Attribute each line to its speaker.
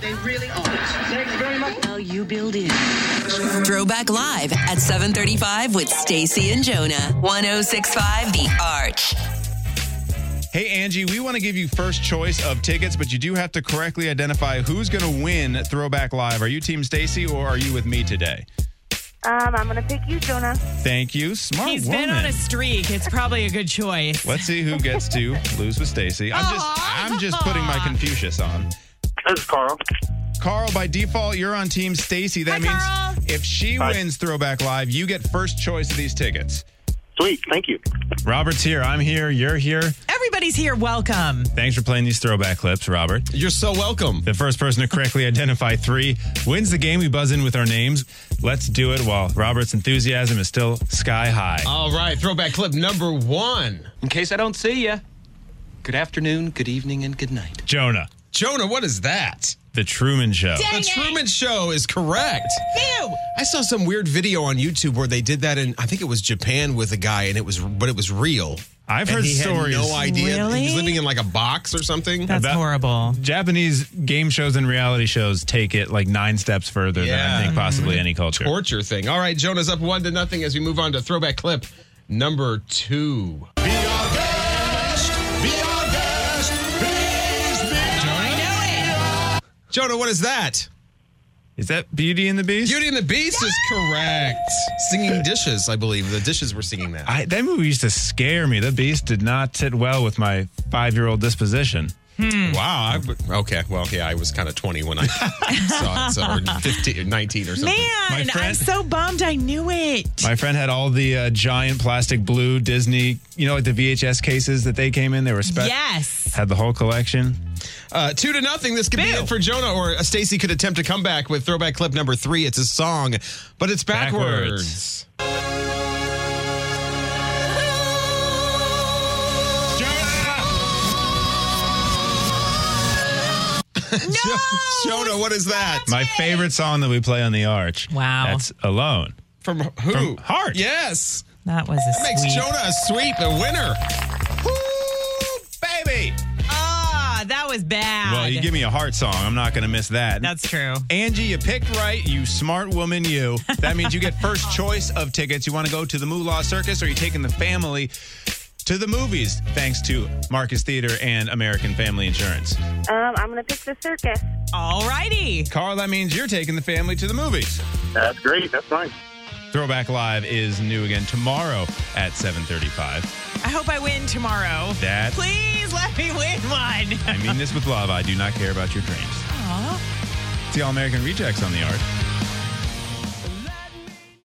Speaker 1: They really aren't.
Speaker 2: Thanks very much.
Speaker 1: Well, you build in.
Speaker 3: Throwback Live at 7:35 with Stacy and Jonah. 1065 The Arch.
Speaker 4: Hey, Angie, we want to give you first choice of tickets, but you do have to correctly identify who's going to win Throwback Live. Are you Team Stacy or are you with me today?
Speaker 5: Um, I'm gonna pick you, Jonah.
Speaker 4: Thank you. Smart
Speaker 6: He's
Speaker 4: woman.
Speaker 6: been on a streak. It's probably a good choice.
Speaker 4: Let's see who gets to lose with Stacy. I'm just I'm just putting my Confucius on.
Speaker 7: This is Carl.
Speaker 4: Carl, by default, you're on Team Stacy. That means if she wins Throwback Live, you get first choice of these tickets.
Speaker 7: Sweet. Thank you.
Speaker 4: Robert's here. I'm here. You're here.
Speaker 6: Everybody's here. Welcome.
Speaker 4: Thanks for playing these throwback clips, Robert.
Speaker 8: You're so welcome.
Speaker 4: The first person to correctly identify three wins the game. We buzz in with our names. Let's do it while Robert's enthusiasm is still sky high.
Speaker 8: All right, throwback clip number one.
Speaker 9: In case I don't see you, good afternoon, good evening, and good night.
Speaker 4: Jonah,
Speaker 8: Jonah, what is that?
Speaker 4: The Truman Show.
Speaker 8: the Truman Show is correct. I saw some weird video on YouTube where they did that in I think it was Japan with a guy, and it was but it was real.
Speaker 4: I've
Speaker 8: And
Speaker 4: heard
Speaker 8: he had
Speaker 4: stories.
Speaker 8: no idea.
Speaker 6: Really?
Speaker 8: He was living in like a box or something.
Speaker 6: That's
Speaker 4: That-
Speaker 6: horrible.
Speaker 4: Japanese game shows and reality shows take it like nine steps further than I
Speaker 8: Yeah.
Speaker 4: think possibly any culture.
Speaker 8: torture thing. All right, Jonah's up one to nothing as we move on to throwback clip number two. Be our best. Be our best. Please be. Jonah, what is that?
Speaker 4: Is that Beauty and the Beast?
Speaker 8: Beauty and the Beast is correct. Singing dishes, I believe. The dishes were singing that.
Speaker 4: I, that movie used to scare me. The Beast did not sit well with my five-year-old disposition.
Speaker 8: wow. I, okay. Well, yeah, I was kind of 20 when I saw it, so, or 15, or 19 or something.
Speaker 4: My
Speaker 6: Man, I'm
Speaker 4: friend-
Speaker 6: so bummed I knew it.
Speaker 4: My friend had all the uh, giant plastic blue Disney, you know, like the VHS cases that they came in. They were special.
Speaker 6: yes.
Speaker 4: Had the whole collection.
Speaker 8: Uh, two to nothing. This could be
Speaker 6: Boo.
Speaker 8: it for Jonah, or uh, Stacy could attempt to come back with throwback clip number three. It's a song, but it's backwards.
Speaker 4: Backwards. Jonah!
Speaker 8: Jonah, what is that?
Speaker 4: My favorite song that we play on the arch.
Speaker 6: Wow.
Speaker 4: That's Alone.
Speaker 8: from who?
Speaker 4: From Heart.
Speaker 8: Yes.
Speaker 6: That was a
Speaker 8: Makes
Speaker 6: sweet.
Speaker 8: Jonah a sweep, a winner.
Speaker 4: Baby!
Speaker 6: Ah, that was bad.
Speaker 4: Well, you give me a heart song. I'm not going to miss that.
Speaker 6: That's true.
Speaker 4: Angie, you picked right, you smart woman, you. That means you get first choice of tickets. You want to go to the Moolah Circus or you taking the family to the movies, thanks to Marcus Theater and American Family Insurance.
Speaker 5: Um, I'm gonna pick the circus.
Speaker 6: All righty.
Speaker 4: Carl, that means you're taking the family to the movies.
Speaker 7: That's great. That's fine.
Speaker 4: Throwback Live is new again tomorrow at 735.
Speaker 6: I hope I win tomorrow.
Speaker 4: That,
Speaker 6: Please let me win one.
Speaker 4: I mean this with love, I do not care about your dreams.
Speaker 6: Aw.
Speaker 4: It's the All American Rejects on the Art.